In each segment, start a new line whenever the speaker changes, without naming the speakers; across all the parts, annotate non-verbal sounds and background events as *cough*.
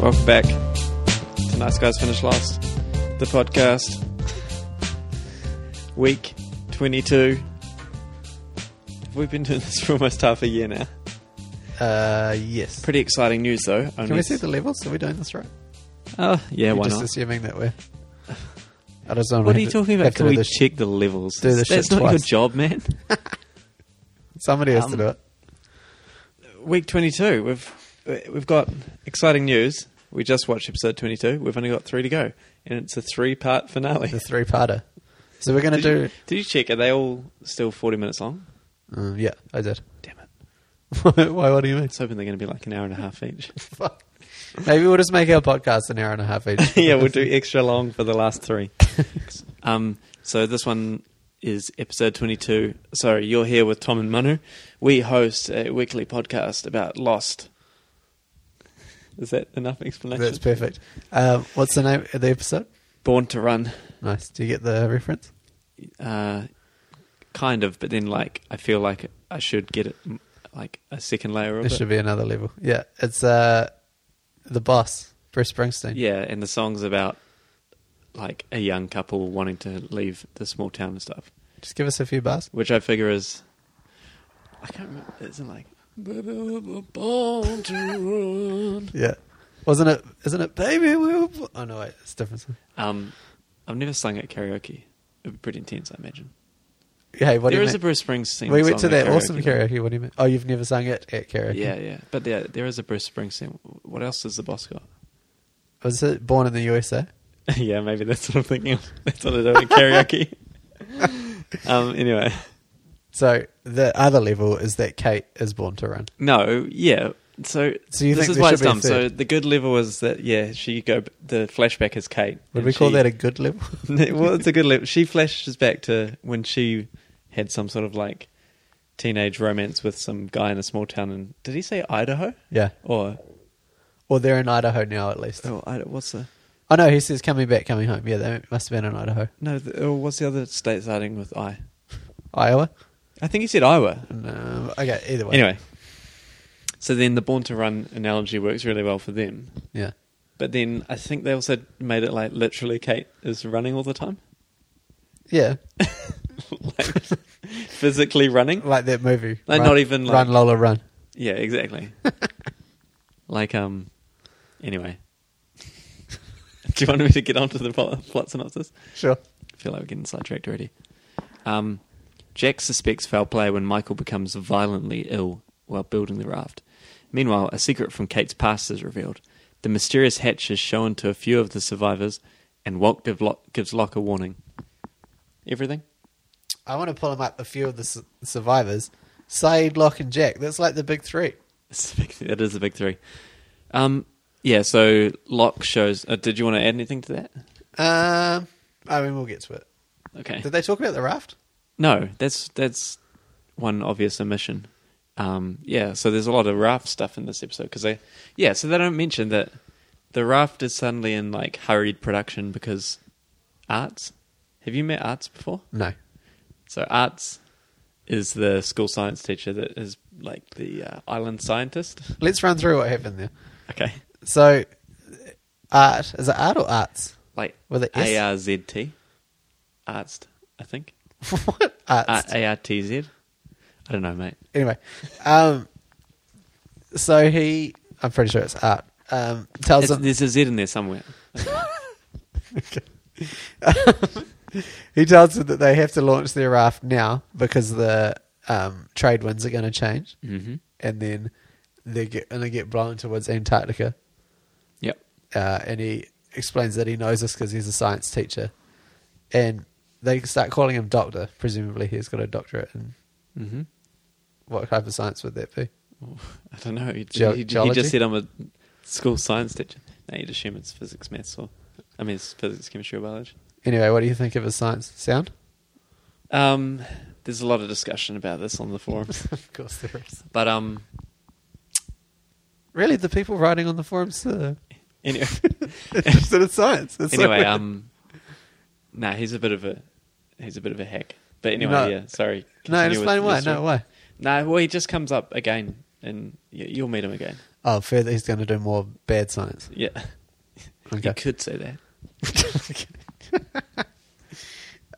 Welcome back to Nice Guys Finish Last, the podcast. Week 22. We've been doing this for almost half a year now.
Uh, yes.
Pretty exciting news, though. Only
Can we see the levels? Are we doing this right?
Oh, yeah, why
Just
not?
assuming that we're. *laughs* I just don't
What
have
are you
to-
talking about?
have to
Can
do
we
this-
check the levels?
do this
That's
shit
not your
twice.
job, man.
Somebody has
Um,
to do it.
Week 22. We've we've got exciting news. We just watched episode 22. We've only got three to go, and it's a three-part finale.
The three-parter. So we're going to
Did you,
do.
did you check? Are they all still 40 minutes long?
Um, yeah, I did. *laughs*
Damn it.
Why? What do you mean? *laughs*
I was hoping they're going to be like an hour and a half each. *laughs*
Fuck. Maybe we'll just make our podcast an hour and a half
*laughs*
each.
yeah, we'll do extra long for the last three. um, so this one is episode 22. Sorry, you're here with Tom and Manu. We host a weekly podcast about Lost. Is that enough explanation?
That's perfect. Um, what's the name of the episode?
Born to Run.
Nice. Do you get the reference?
Uh, kind of, but then like I feel like I should get it m- like a second layer of
There
it.
should be another level. Yeah, it's uh, the boss, Bruce Springsteen.
Yeah, and the song's about like a young couple wanting to leave the small town and stuff,
Just give us a few bars.
which I figure is I can't remember. Isn't like "Baby, we were born to run."
Yeah. Wasn't it? Isn't it? Baby, we were. bo- Oh no, wait, it's a different. song.
Um, I've never sung at karaoke. It'd be pretty intense, I imagine.
Hey, what
there
do
is
you
a
mean?
Bruce Springsteen.
We went to
song at
that awesome
though.
karaoke. What do you mean? Oh, you've never sung it at karaoke.
Yeah, yeah, but there there is a Bruce Springsteen. What else does the boss got? *laughs*
Was it born in the USA?
yeah, maybe that's what I'm thinking. Of. *laughs* That's what I do at
*laughs*
karaoke. um, anyway.
So the other level is that Kate is born to run.
No, yeah. So,
So you
this
think
is
there
why
should
it's
be a
dumb. So
third?
the good level is that yeah, she go the flashback is Kate.
Would
and
we call
she-
that a good level? *laughs*
*laughs* well, it's a good level. She flashes back to when she had some sort of like teenage romance with some guy in a small town. And did he say Idaho
yeah.
or
Or they're in Idaho now, at least.
oh I, what's the
Oh no, he says coming back, coming home. Yeah, they must have been in Idaho,
no the, oh, what's the other state starting with I?
Iowa.
I think he said Iowa.
No, okay, either way.
Anyway, so then the born to run analogy works really well for them.
Yeah.
But then I think they also made it like literally Kate is running all the time.
Yeah.
like physically running.
Like that movie.
Like,
Run-
not even, like-
Run Lola Run.
Yeah, exactly. like um anyway. *laughs* Do you want me to get onto the plot, plot synopsis?
Sure.
I feel like we're getting sidetracked already. Um Jack suspects foul play when Michael becomes violently ill while building the raft. Meanwhile, a secret from Kate's past is revealed. The mysterious hatch is shown to a few of the survivors, and Walt give Lo- gives Locke a warning. Everything?
I want to pull him up a few of the su- survivors. Saeed, Locke, and Jack. That's like the big three.
It's a big, it is a big three. Um, yeah. So Locke shows. Uh, did you want to add anything to that?
Um, I mean, we'll get to it.
Okay.
Did they talk about the raft?
No, that's that's one obvious omission. Um, yeah. So there's a lot of raft stuff in this episode because they, yeah. So they don't mention that the raft is suddenly in like hurried production because arts. Have you met arts before?
No.
So arts is the school science teacher that is like the uh, island scientist.
Let's run through what happened there.
Okay.
So, art is it art or arts? *laughs*
like
With a
A
S?
R Z T, Arzt, I think.
what arts?
A R T Z. I don't know, mate.
Anyway, um, so he, I'm pretty sure it's art. Um, tells
It's-
him
There's a Z in there somewhere.
he tells them that they have to launch their raft now because the um, trade winds are going to change,
Mhm.
and then they're going to get blown towards Antarctica.
Yep.
uh, and he explains that he knows this because he's a science teacher. And they start calling him doctor. Presumably, he's got a doctorate. And
Mm-hmm.
what type of science would that be?
I don't know. He,
Geo-
he- he
geology?
just said I'm a school science teacher. No, you'd assume it's physics, maths, or I mean, it's physics, chemistry, or biology.
Anyway, what do you think of his science sound?
Um, there's a lot of discussion about this on the
*laughs*
forums,
*laughs* of course, there is.
but um,
Really, the people writing on the forums *laughs* are
anyway,
interested in science. It's so
anyway,
weird.
um, nah, he's a bit of a he's a bit of a hack. But anyway,
No.
yeah, sorry.
*laughs* no,
Continue with
explain why.
your story.
No, why?
No, well, he just comes up again and y- you'll meet him again.
Oh, further, he's going to do more bad science.
Yeah,
Okay.
you could say that.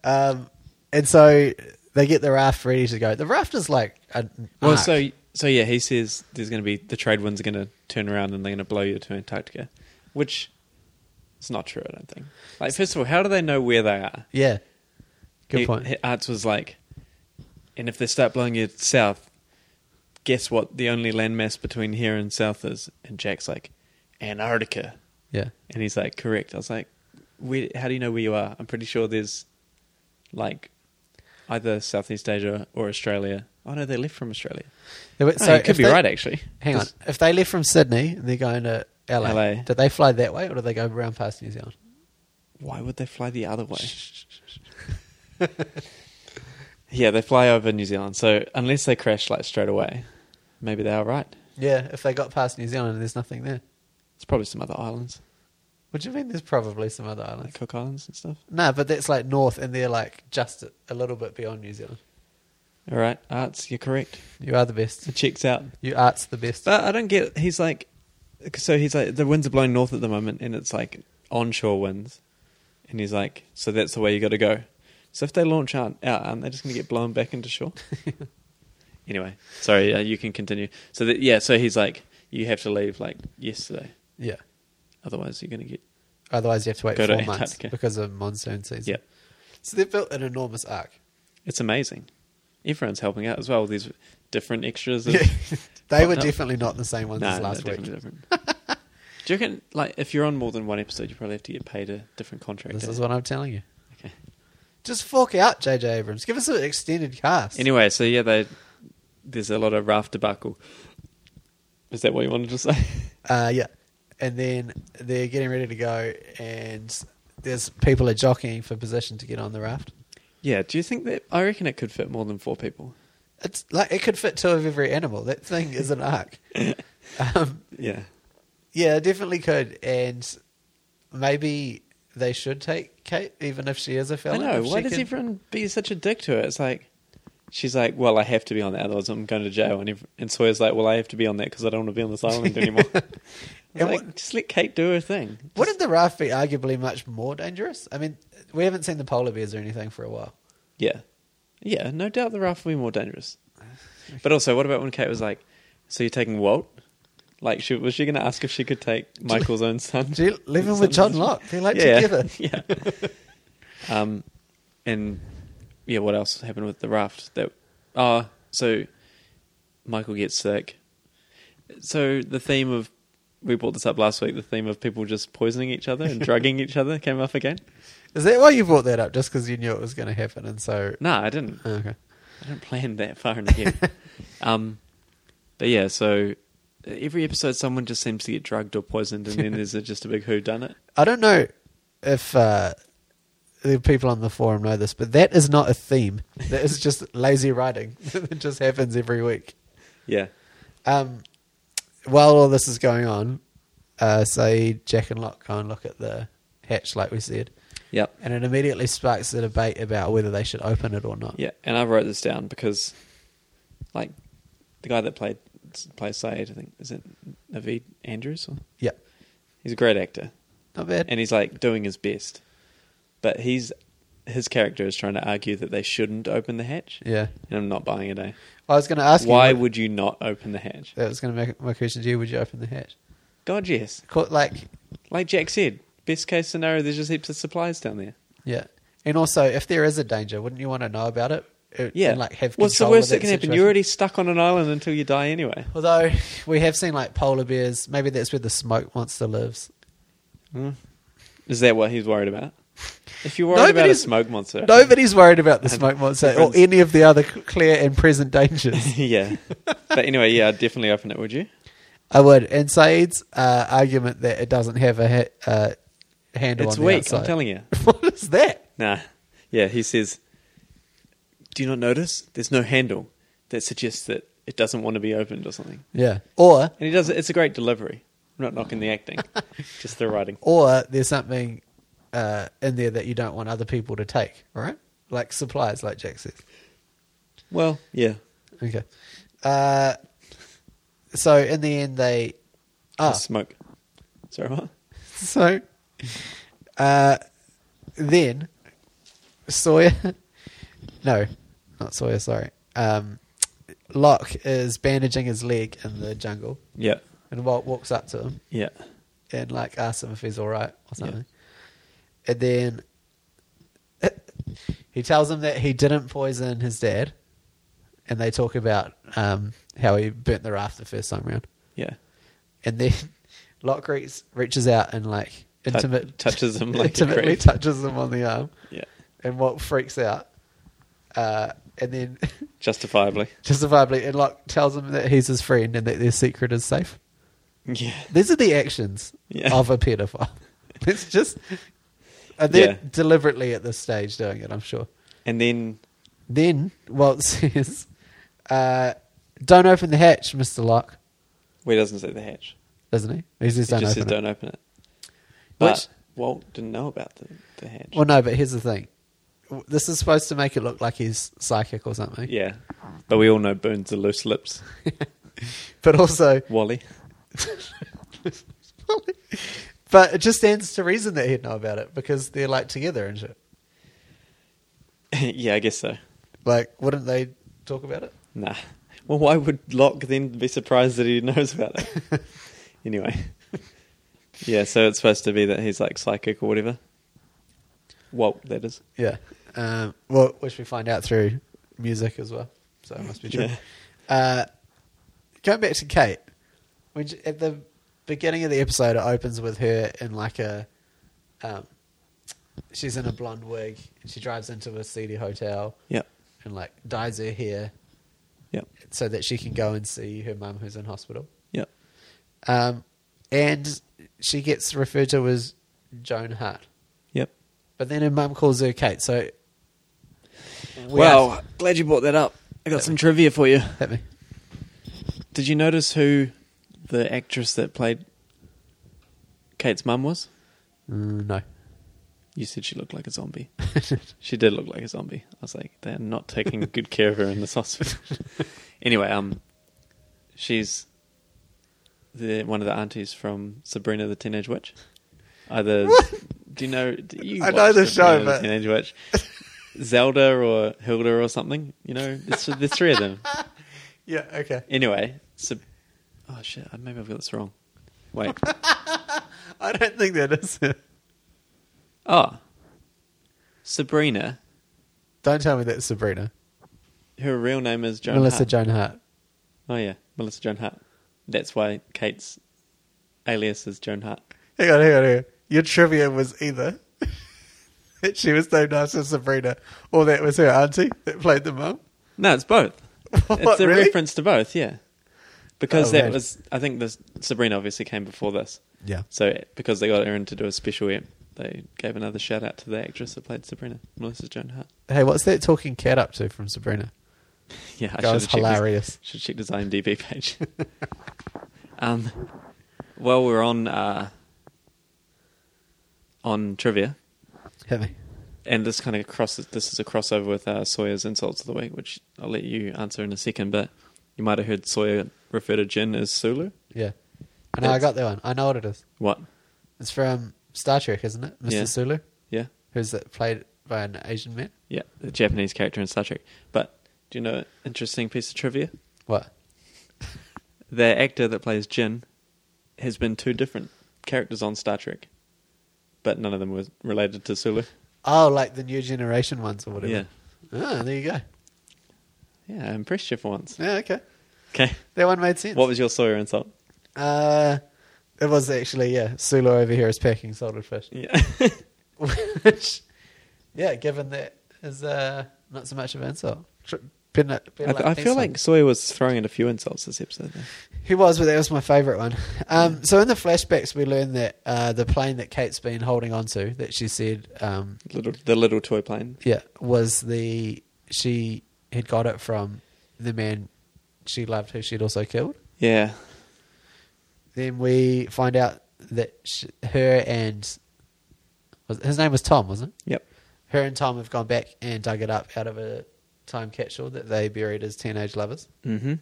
Um, and so they get the raft ready to go. The raft is like a
Well,
arc.
so so yeah, he says there's going to be the trade winds are going to turn around and they're going to blow you to Antarctica, which is not true. I don't think. Like, first of all, how do they know where they are?
yeah, good
He-
point.
he- Arts was like, and if they start blowing you south, guess what? The only landmass between here and south is, and Jack's like, Antarctica,
yeah,
and he's like, correct. I was like, where, how do you know where you are? I'm pretty sure there's, like, either Southeast Asia or Australia. Oh no, they left from Australia.
They went-
So oh, you
if
could be
they-
right actually.
Hang on,
'Cause-
if they left from Sydney and they're going to LA,
LA.
did they fly that way or did they go around past New Zealand?
Why would they fly the
*laughs*
other way? yeah, they fly over New Zealand. So unless they crash like straight away, maybe they are right.
Yeah, if they got past New Zealand, there's nothing there.
It's probably some other islands,
What do you mean? There's probably some other
like
islands.
Cook Islands and stuff.
No, but that's like north, and they're like just a- a little bit beyond New Zealand.
All right, arts, you're correct.
You are the best.
It checks out.
You art's the best.
But I don't get. He's like, so he's like, the winds are blowing north at the moment, and it's like onshore winds, and he's like, so that's the way you got to go. So if they launch out, out aren't they just going to get blown back into
*laughs*
shore? anyway, sorry, uh, you can continue. So that yeah, so he's like, you have to leave like yesterday,
Yeah.
otherwise you're going to get
Otherwise, you have to wait
Go to
four months
Antarctica.
because of monsoon season.
yeah.
So they've built an enormous ark.
It's amazing. Everyone's helping out as well. These different extras. *laughs* Of,
Yeah. *laughs* they
What
were
not-
definitely not the same ones
Nah,
as
nah,
last
definitely
week.
different. *laughs* Do you reckon, like, if you're on more than one episode, you probably have to get paid a different contract?
This
eh?
is what I'm telling you.
Okay.
Just fork out J.J. Abrams. Give us an extended cast.
Anyway, so yeah, they, there's a lot of raft debacle. Is that what you wanted to say?
Uh, yeah. And then they're getting ready to go, and there's people are jockeying for position to get on the raft.
*laughs* yeah. Do you think that? I reckon it could fit more than four people.
It's like it could fit two of every animal. That thing is
*laughs*
an ark. um,
Yeah.
Yeah, definitely could, and maybe they should take Kate, even if she is a
I
felon.
know.
if
Why
she
does
can-
everyone be such a dick to her? It's like, she's like, well, I have to be on that, otherwise I'm going to jail. And, ev- and Sawyer's like, well, I have to be on that because I don't want to be on this island
*laughs*
anymore. I was
And
like,
what-
just let Kate do her thing.
Wouldn't the raft be arguably much more dangerous? I mean, we haven't seen the polar bears or anything for a while.
Yeah. Yeah, no doubt the raft will be more
*sighs*
dangerous. But also, what about when Kate was like, so you're taking Walt? Like, she, was she going to ask if she could take
*laughs*
Michael's own son?
Do you live in with John Locke? They're
*laughs*
like
yeah,
together.
Yeah.
*laughs*
um, and, yeah, what else happened with the raft? That uh, So, Michael gets sick. So, the theme of, we brought this up last week, the theme of people just poisoning each other and
*laughs*
drugging each other came up again.
Is that why you brought that up? Just because you knew it was going to happen, and so
No, I didn't.
okay,
I don't plan that far in ahead. um, but yeah, so every episode, someone just seems to get drugged or poisoned, and then there's a, just a big who done it.
I don't know if uh, the people on the forum know this, but that is not a theme. That is just lazy writing. *laughs* it just happens every week.
Yeah,
Um, while all this is going on, uh, say Jack and Locke go and look at the hatch, like we said,
yep,
and it immediately sparks the debate about whether they should open it or not.
yeah. And I wrote this down because, like, the guy that played plays Said, I think is it Naveed Andrews? Or?
Yep.
He's a great actor,
not bad.
and he's like doing his best, but he's his character is trying to argue that they shouldn't open the hatch.
yeah,
And I'm not buying it. Eh?
I was going to ask
Why
you. what-
would you not open the hatch?
that was going to make my question to you? Would you open the hatch?
God, yes.
Co- Like,
Like Jack said, best case scenario, there's just heaps of supplies down there.
yeah, and also if there is a danger, wouldn't you want to know about it? It-
Yeah.
and, like have
What's the
control
worst
of
that can happen?
situation?
You're already stuck on an island until you die anyway.
Although *laughs* we have seen like polar bears, maybe that's where the smoke monster lives.
Is that what he's worried about? If you're worried about a
Nobody's-
smoke monster,
*laughs* Nobody's worried about the
*laughs*
smoke monster or
Everyone's-
any of the other c- clear and present
*laughs* *laughs*
dangers.
yeah. But anyway, yeah, I'd definitely open it. Would you?
I would. And Saeed's uh, argument that it doesn't have a ha- uh, handle
It's
on the
weak.
outside.
I'm telling you.
*laughs* what is that?
Nah. Yeah, he says. Do you not notice? There's no handle that suggests that it doesn't want to be opened or something.
Yeah. Or
And he does it. It's a great delivery. I'm not knocking the
*laughs*
acting, just the writing.
or there's something uh, in there that you don't want other people to take, right? Like supplies, like Jack says.
Well, yeah.
Okay. Uh, so in the end, they.
The *laughs*
Ah,
Smoke. Sorry, what?
so uh, then Sawyer, *laughs* no, not Sawyer. Sorry, um, Locke is bandaging his leg in the jungle,
Yeah.
and Walt walks up to him
Yeah.
and like asks him if he's all right or
Yeah.
something, and then *laughs* he tells him that he didn't poison his dad, and they talk about um, how he burnt the raft the first time round,
Yeah.
and then *laughs* Locke reach, reaches out and like
Tou-
intimate
touches
*laughs*
him like a
intimately
creep.
touches him on the arm,
Yeah.
and Walt freaks out, uh, and then *laughs*
Justifiably.
justifiably, and Locke tells him that he's his friend and that their secret is safe.
Yeah.
These are the actions
Yeah.
of a pedophile. *laughs* It's just uh, they're
Yeah.
deliberately at this stage doing it. I'm sure.
And then,
Then Walt *laughs* says, uh, "Don't open the hatch, Mister Locke,"
well, he doesn't say the hatch.
doesn't he? He says,
He
"Don't
just
open
says,
it."
don't open it. But
Which-
Walt didn't know about the, the hatch.
Well, no, but here's the thing. W- This is supposed to make it look like he's psychic or something.
Yeah. But we all know Boone's the loose
*laughs*
lips.
But also,
Wally. *laughs*
but it just stands to reason that he'd know about it because they're like together and shit.
yeah, I guess so.
Like, wouldn't they talk about it?
Nah. Well, why would Locke then be surprised that he *laughs* knows about
*laughs*
it? anyway. Yeah, so it's supposed to be that he's like psychic or whatever. Walt, that is.
Yeah. Um, well, which we find out through music as well. So it must be true.
Yeah.
Uh, going back to Kate, when she- at the beginning of the episode, it opens with her in like a. Um, she's in a blonde wig. And she drives into a seedy hotel
Yep.
and like dyes her hair
Yep.
so that she can go and see her mum who's in hospital.
Yep.
Um, and she gets referred to as Joan Hart.
Yep.
But then her mum calls her Kate. So. we
Well,
are-
glad you brought that up. I got some trivia for you.
hit me.
Did you notice who the actress that played Kate's mum was?
Mm, no.
You said she looked like a
*laughs*
zombie. she did look like a zombie. I was like, they're not taking good care of her in this hospital. *laughs* anyway, um, she's the one of the aunties from Sabrina the Teenage Witch.
*laughs*
Either do you know? Do you
I know
watch
the
Sabrina
show,
the
but-
Teenage
*laughs*
Witch, Zelda or Hilda or something. You know, there's, there's three of them.
Yeah, okay.
Anyway, Sab- oh shit, I- maybe I've got this wrong. *laughs* Wait,
I don't think that is it.
oh, Sabrina.
Don't tell me that's Sabrina.
Her real name is Joan
Melissa
Hart.
Joan Hart.
Oh yeah, Melissa Joan Hart. That's why Kate's alias is Joan Hart.
Hang on, hang on, hang on. Your trivia was either *laughs* that she was named after Sabrina or that was her auntie that played the mum.
No, it's
*laughs*
both.
What,
it's a
really?
reference to both, yeah. Because
Oh,
that
right.
was, I think this Sabrina obviously came before this.
Yeah.
So because they got Erin to do a special, ep, they gave another shout out to the actress that played Sabrina, Melissa Joan Hart. *laughs*
Hey, what's that talking cat up to from Sabrina?
Yeah, I should have
That was
checked his-
hilarious.
Should check his IMDb page. *laughs* um, while we're on uh, on trivia,
Hit me.
and this kind of crosses. This is a crossover with uh, Sawyer's insults of the week, which I'll let you answer in a second. But you might have heard Sawyer refer to Jin as Sulu.
Yeah. I know I
That's-
got that one. I know what it is.
What?
It's from Star Trek, isn't it? Mr.
Yeah.
Sulu,
Yeah,
who's that played by an Asian man.
yeah, the Japanese character in Star Trek. But do you know an interesting piece of trivia?
What?
The actor that plays Jin has been two different characters on Star Trek, but none of them were related to Sulu.
Oh, like the new generation ones or whatever.
Yeah,
Oh, there you go.
yeah, I impressed you for once.
Yeah, okay.
Okay.
That one made sense.
What was your Sawyer insult?
Uh, it was actually yeah. Sulu over here is packing salted fish, *laughs*
*laughs* Yeah.
which yeah, given that is uh not so much of an insult. Tr- Been, a- been
I,
like,
I
thanks
feel
for-
like Sawyer was throwing in a few insults this episode. Though.
he was, but that was my
*laughs*
favourite one. Um, so in the flashbacks, we learn that uh, the plane that Kate's been holding on to, that she said, um,
Little, the little toy plane.
yeah, was the she had got it from the man she loved, who she'd also killed.
Yeah.
Then we find out that sh her and was, his name was Tom, wasn't it?
Yep.
her and Tom have gone back and dug it up out of a time capsule that they buried as teenage lovers.
Mm-hmm.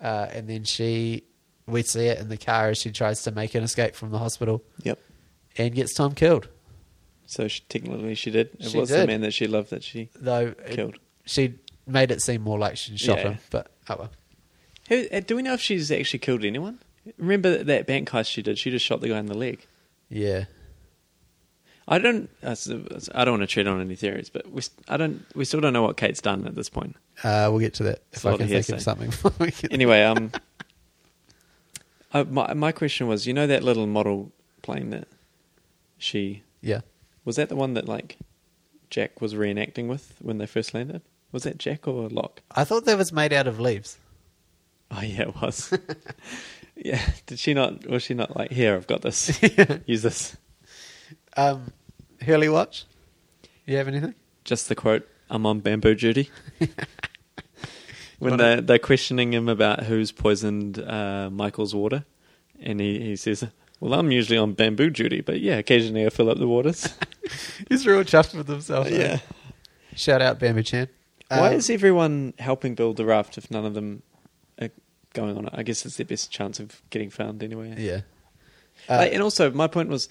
Uh, and then she we see it in the car as she tries to make an escape from the hospital
Yep.
and gets Tom killed.
So she, technically, she did. It
She
was the
did.
man that she loved that she
Though it-
killed.
she made it seem more like she shot
Yeah.
him, but oh well.
Who, uh, do we know if she's actually killed anyone? Remember that, that bank heist she did? She just shot the guy in the leg.
Yeah.
I don't. I s- I don't want to tread on any theories, but we. s- I don't. We still don't know what Kate's done at this point.
Uh, we'll get to that if
a lot
I can
of
think
hearsay.
of something. *laughs* before we get-
Anyway, um, I, my my question was, you know, that little model plane that she
yeah.
was that the one that like Jack was reenacting with when they first landed? Was that Jack or Locke?
I thought that was made out of leaves.
Oh yeah, it was. *laughs* yeah, did she not? Was she not like here? I've got *laughs* this. Use this.
Um, Hurley watch? You have anything?
Just the quote. I'm on bamboo duty. *laughs* when
Got
they they're questioning him about who's poisoned uh, Michael's water, and he, he says, "Well, I'm usually on bamboo duty, but yeah, occasionally I fill up the waters."
*laughs* He's real chuffed with himself.
*laughs*
eh?
yeah.
Shout out Bambi Chan.
Why
Um,
is everyone helping build the raft if none of them are going on it? I guess it's their best chance of getting found anyway.
Yeah. Uh,
Like, and also, my point was,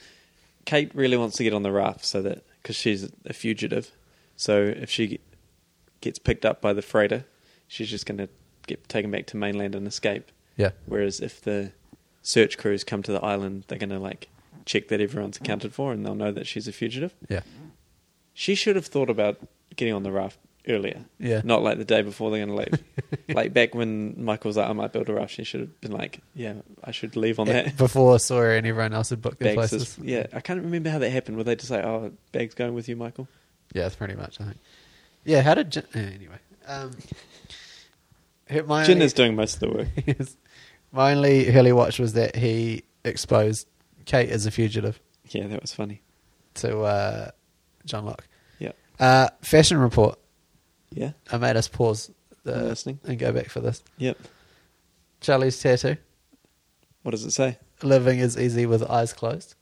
Kate really wants to get on the raft so that because she's a fugitive, so if she ge- gets picked up by the freighter, she's just going to get taken back to mainland and escape.
yeah.
Whereas if the search crews come to the island, they're going to like check that everyone's accounted for and they'll know that she's a fugitive.
Yeah.
She should have thought about getting on the raft earlier.
Yeah.
Not like the day before they're going
*laughs*
to leave. like back when Michael was like, I might build a raft, she should have been like, yeah, I should leave
Oh,
on that.
*laughs* Before Sawyer and everyone else had booked their
Bags is,
places.
yeah, I can't remember how that happened. Were they just like, oh, Bags going with you, Michael?
Yeah, that's pretty much, I think. Yeah, how did Jin. eh, Anyway. Um, her- my
Jin
only-
is doing most of the work. *laughs*
*laughs* Yes. My only Hurley watch was that he exposed Kate as a fugitive
Yeah, that was funny.
to uh, John Locke.
Yeah.
Uh, fashion report.
Yeah.
I made us pause
I'm
the,
listening.
and go back for this.
Yep.
Charlie's tattoo.
What does it say?
Living is easy with eyes closed.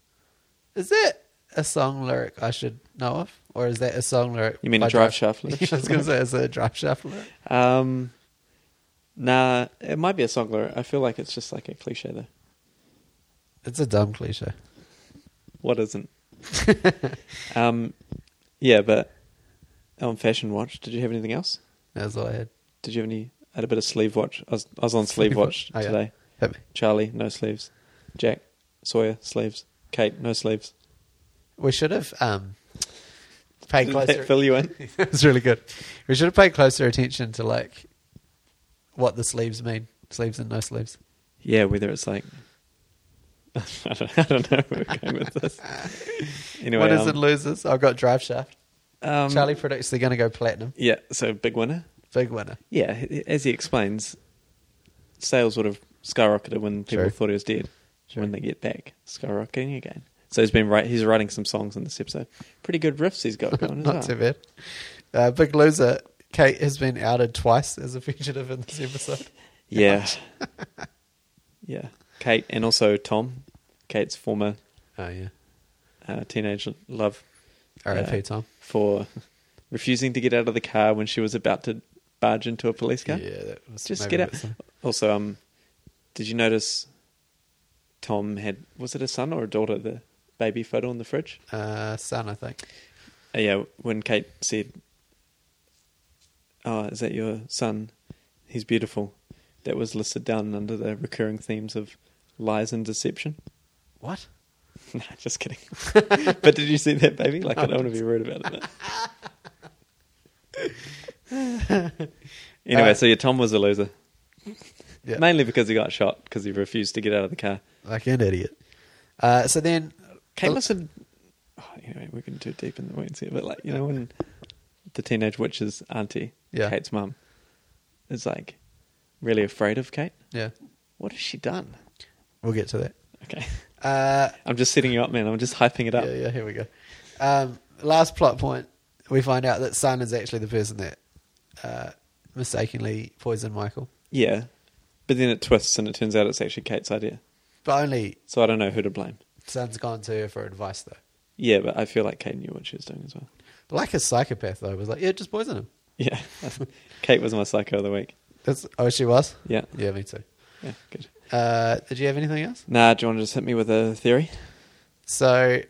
Is that a song lyric I should know of, or is that a song lyric?
You mean a
by
Drive Shaft lyric?
*laughs* I was going to say, is it a drive
*laughs*
shaft lyric?
Um, nah, it might be a song lyric. I feel like it's just like a cliche though.
It's a dumb cliche.
What
*laughs*
isn't? um, yeah, but on Fashion Watch, did you have anything else?
That's all I had.
Did you have any? I had a bit of sleeve watch. I was, I was on sleeve
Sleeve
watch
watch. Oh, yeah.
today.
Hit me.
Charlie, no sleeves. Jack, Sawyer, sleeves. Kate, no sleeves.
We should have um, paid
Did
closer.
that
*laughs*
fill you in?
it's really good. We should have paid closer attention to like what the sleeves mean, sleeves and no sleeves.
Yeah, whether it's like. *laughs* I don't, I don't know where we're going with
*laughs*
this. Anyway,
Winners
um,
and losers. I've got drive shaft.
um,
Charlie predicts they're going to go platinum.
Yeah, so big winner.
Big winner.
Yeah, h- as he explains, sales would have skyrocketed when people
True.
thought he was dead.
True.
When they get back, skyrocketing again. So he's been right. He's writing some songs in this episode. Pretty good riffs he's got going. as
Not
well.
too bad. Uh, big loser. Kate has been outed twice as a fugitive in this episode.
*laughs* Yeah, yeah. Kate and also Tom, Kate's former
*laughs* Oh yeah.
uh, teenage love.
R.I.P.
uh,
Tom.
for *laughs* refusing to get out of the car when she was about to barge into a police car.
Yeah, that was
Just
maybe
get
a
out.
bit some-
Also, um, did you notice Tom had was it a son or a daughter? The baby photo on the fridge.
Uh, son, I think.
Uh, yeah, when Kate said, "Oh, is that your son? He's beautiful." That was listed down under the recurring themes of lies and deception. *laughs*
What?
No, just
*laughs*
kidding. but did you see that baby? Like, I don't want to be rude about it. but- *laughs* anyway,
Uh,
so yeah, Tom was a loser.
Yeah.
Mainly because he got shot because he refused to get out of the car.
Like an idiot. Uh, so then,
Kate
Well-
must have. Oh, anyway, we're getting too deep in the weeds here, but like you know when the teenage witch's auntie,
Yeah.
Kate's mum, is like really afraid of Kate.
yeah,
What has she done?
we'll get to that.
Okay, *laughs*
Uh,
I'm just setting you up, man. I'm just hyping it up.
Yeah, yeah, here we go. Um, last plot point we find out that Sun is actually the person that uh, mistakenly poisoned Michael,
yeah, but then it twists and it turns out it's actually Kate's idea.
but only
So I don't know who to blame.
Sun's gone to her for advice, though.
Yeah, but I feel like Kate knew what she was doing as well. *laughs*
Like a psychopath, though, was like, yeah, just poison him.
Yeah. *laughs* Kate was my psycho of the week.
That's oh, she was.
Yeah.
Yeah, me too.
Yeah, good.
Uh, did you have anything else?
Nah, do you want to just hit me with a theory?
So,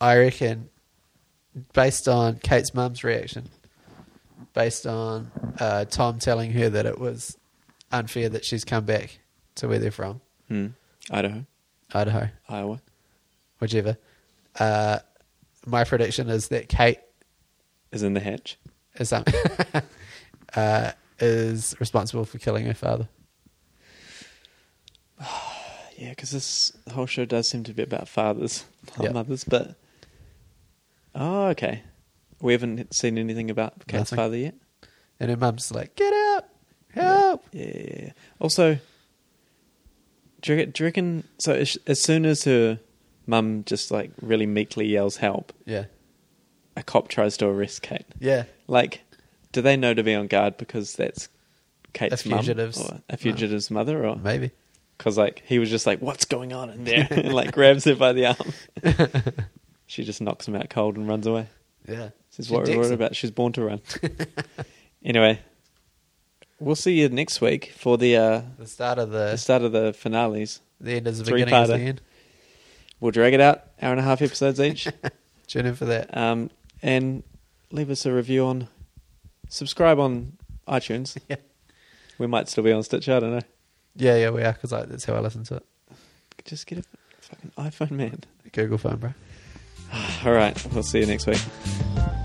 I reckon, based on Kate's mum's reaction, based on uh, Tom telling her that it was unfair that she's come back to where they're from,
Hmm. Idaho,
Idaho,
Iowa.
whichever. Uh, my prediction is that Kate
Is in the hatch.
is um, *laughs* uh, is responsible for killing her father.
Uh, Yeah, because this whole show does seem to be about fathers, not
Yeah.
mothers. But oh, okay. We haven't seen anything about Kate's
Nothing.
father yet.
And her mum's like, "Get out, help!"
Yeah. yeah, yeah. Also, do you, reckon- do you reckon? So as, as soon as her mum just like really meekly yells help,
Yeah,
a cop tries to arrest Kate.
yeah,
Like, do they know to be on guard because that's Kate's
A
mum
fugitive's
or a
mum.
fugitive's mother, or
maybe.
because like he was just like, "What's going on in there?" *laughs* and like grabs her by the arm.
*laughs*
she just knocks him out cold and runs away.
Yeah,
This is
She
what we're
dicks
worried
him.
about. She's born to
*laughs*
run. anyway, we'll see you next week for the uh,
The start of
the
the
start of the finales.
the end is the
Three
beginning is the
parter.
end.
We'll drag it out, hour and a half episodes
*laughs*
each,
Tune in for that.
um, and leave us a review on, subscribe on iTunes.
*laughs* Yeah,
We might still be on Stitch. I don't know.
yeah, yeah. We are because that's how I listen to it.
Just get a fucking iPhone, man. *sighs*
Google phone, bro.
All right, we'll see you next week.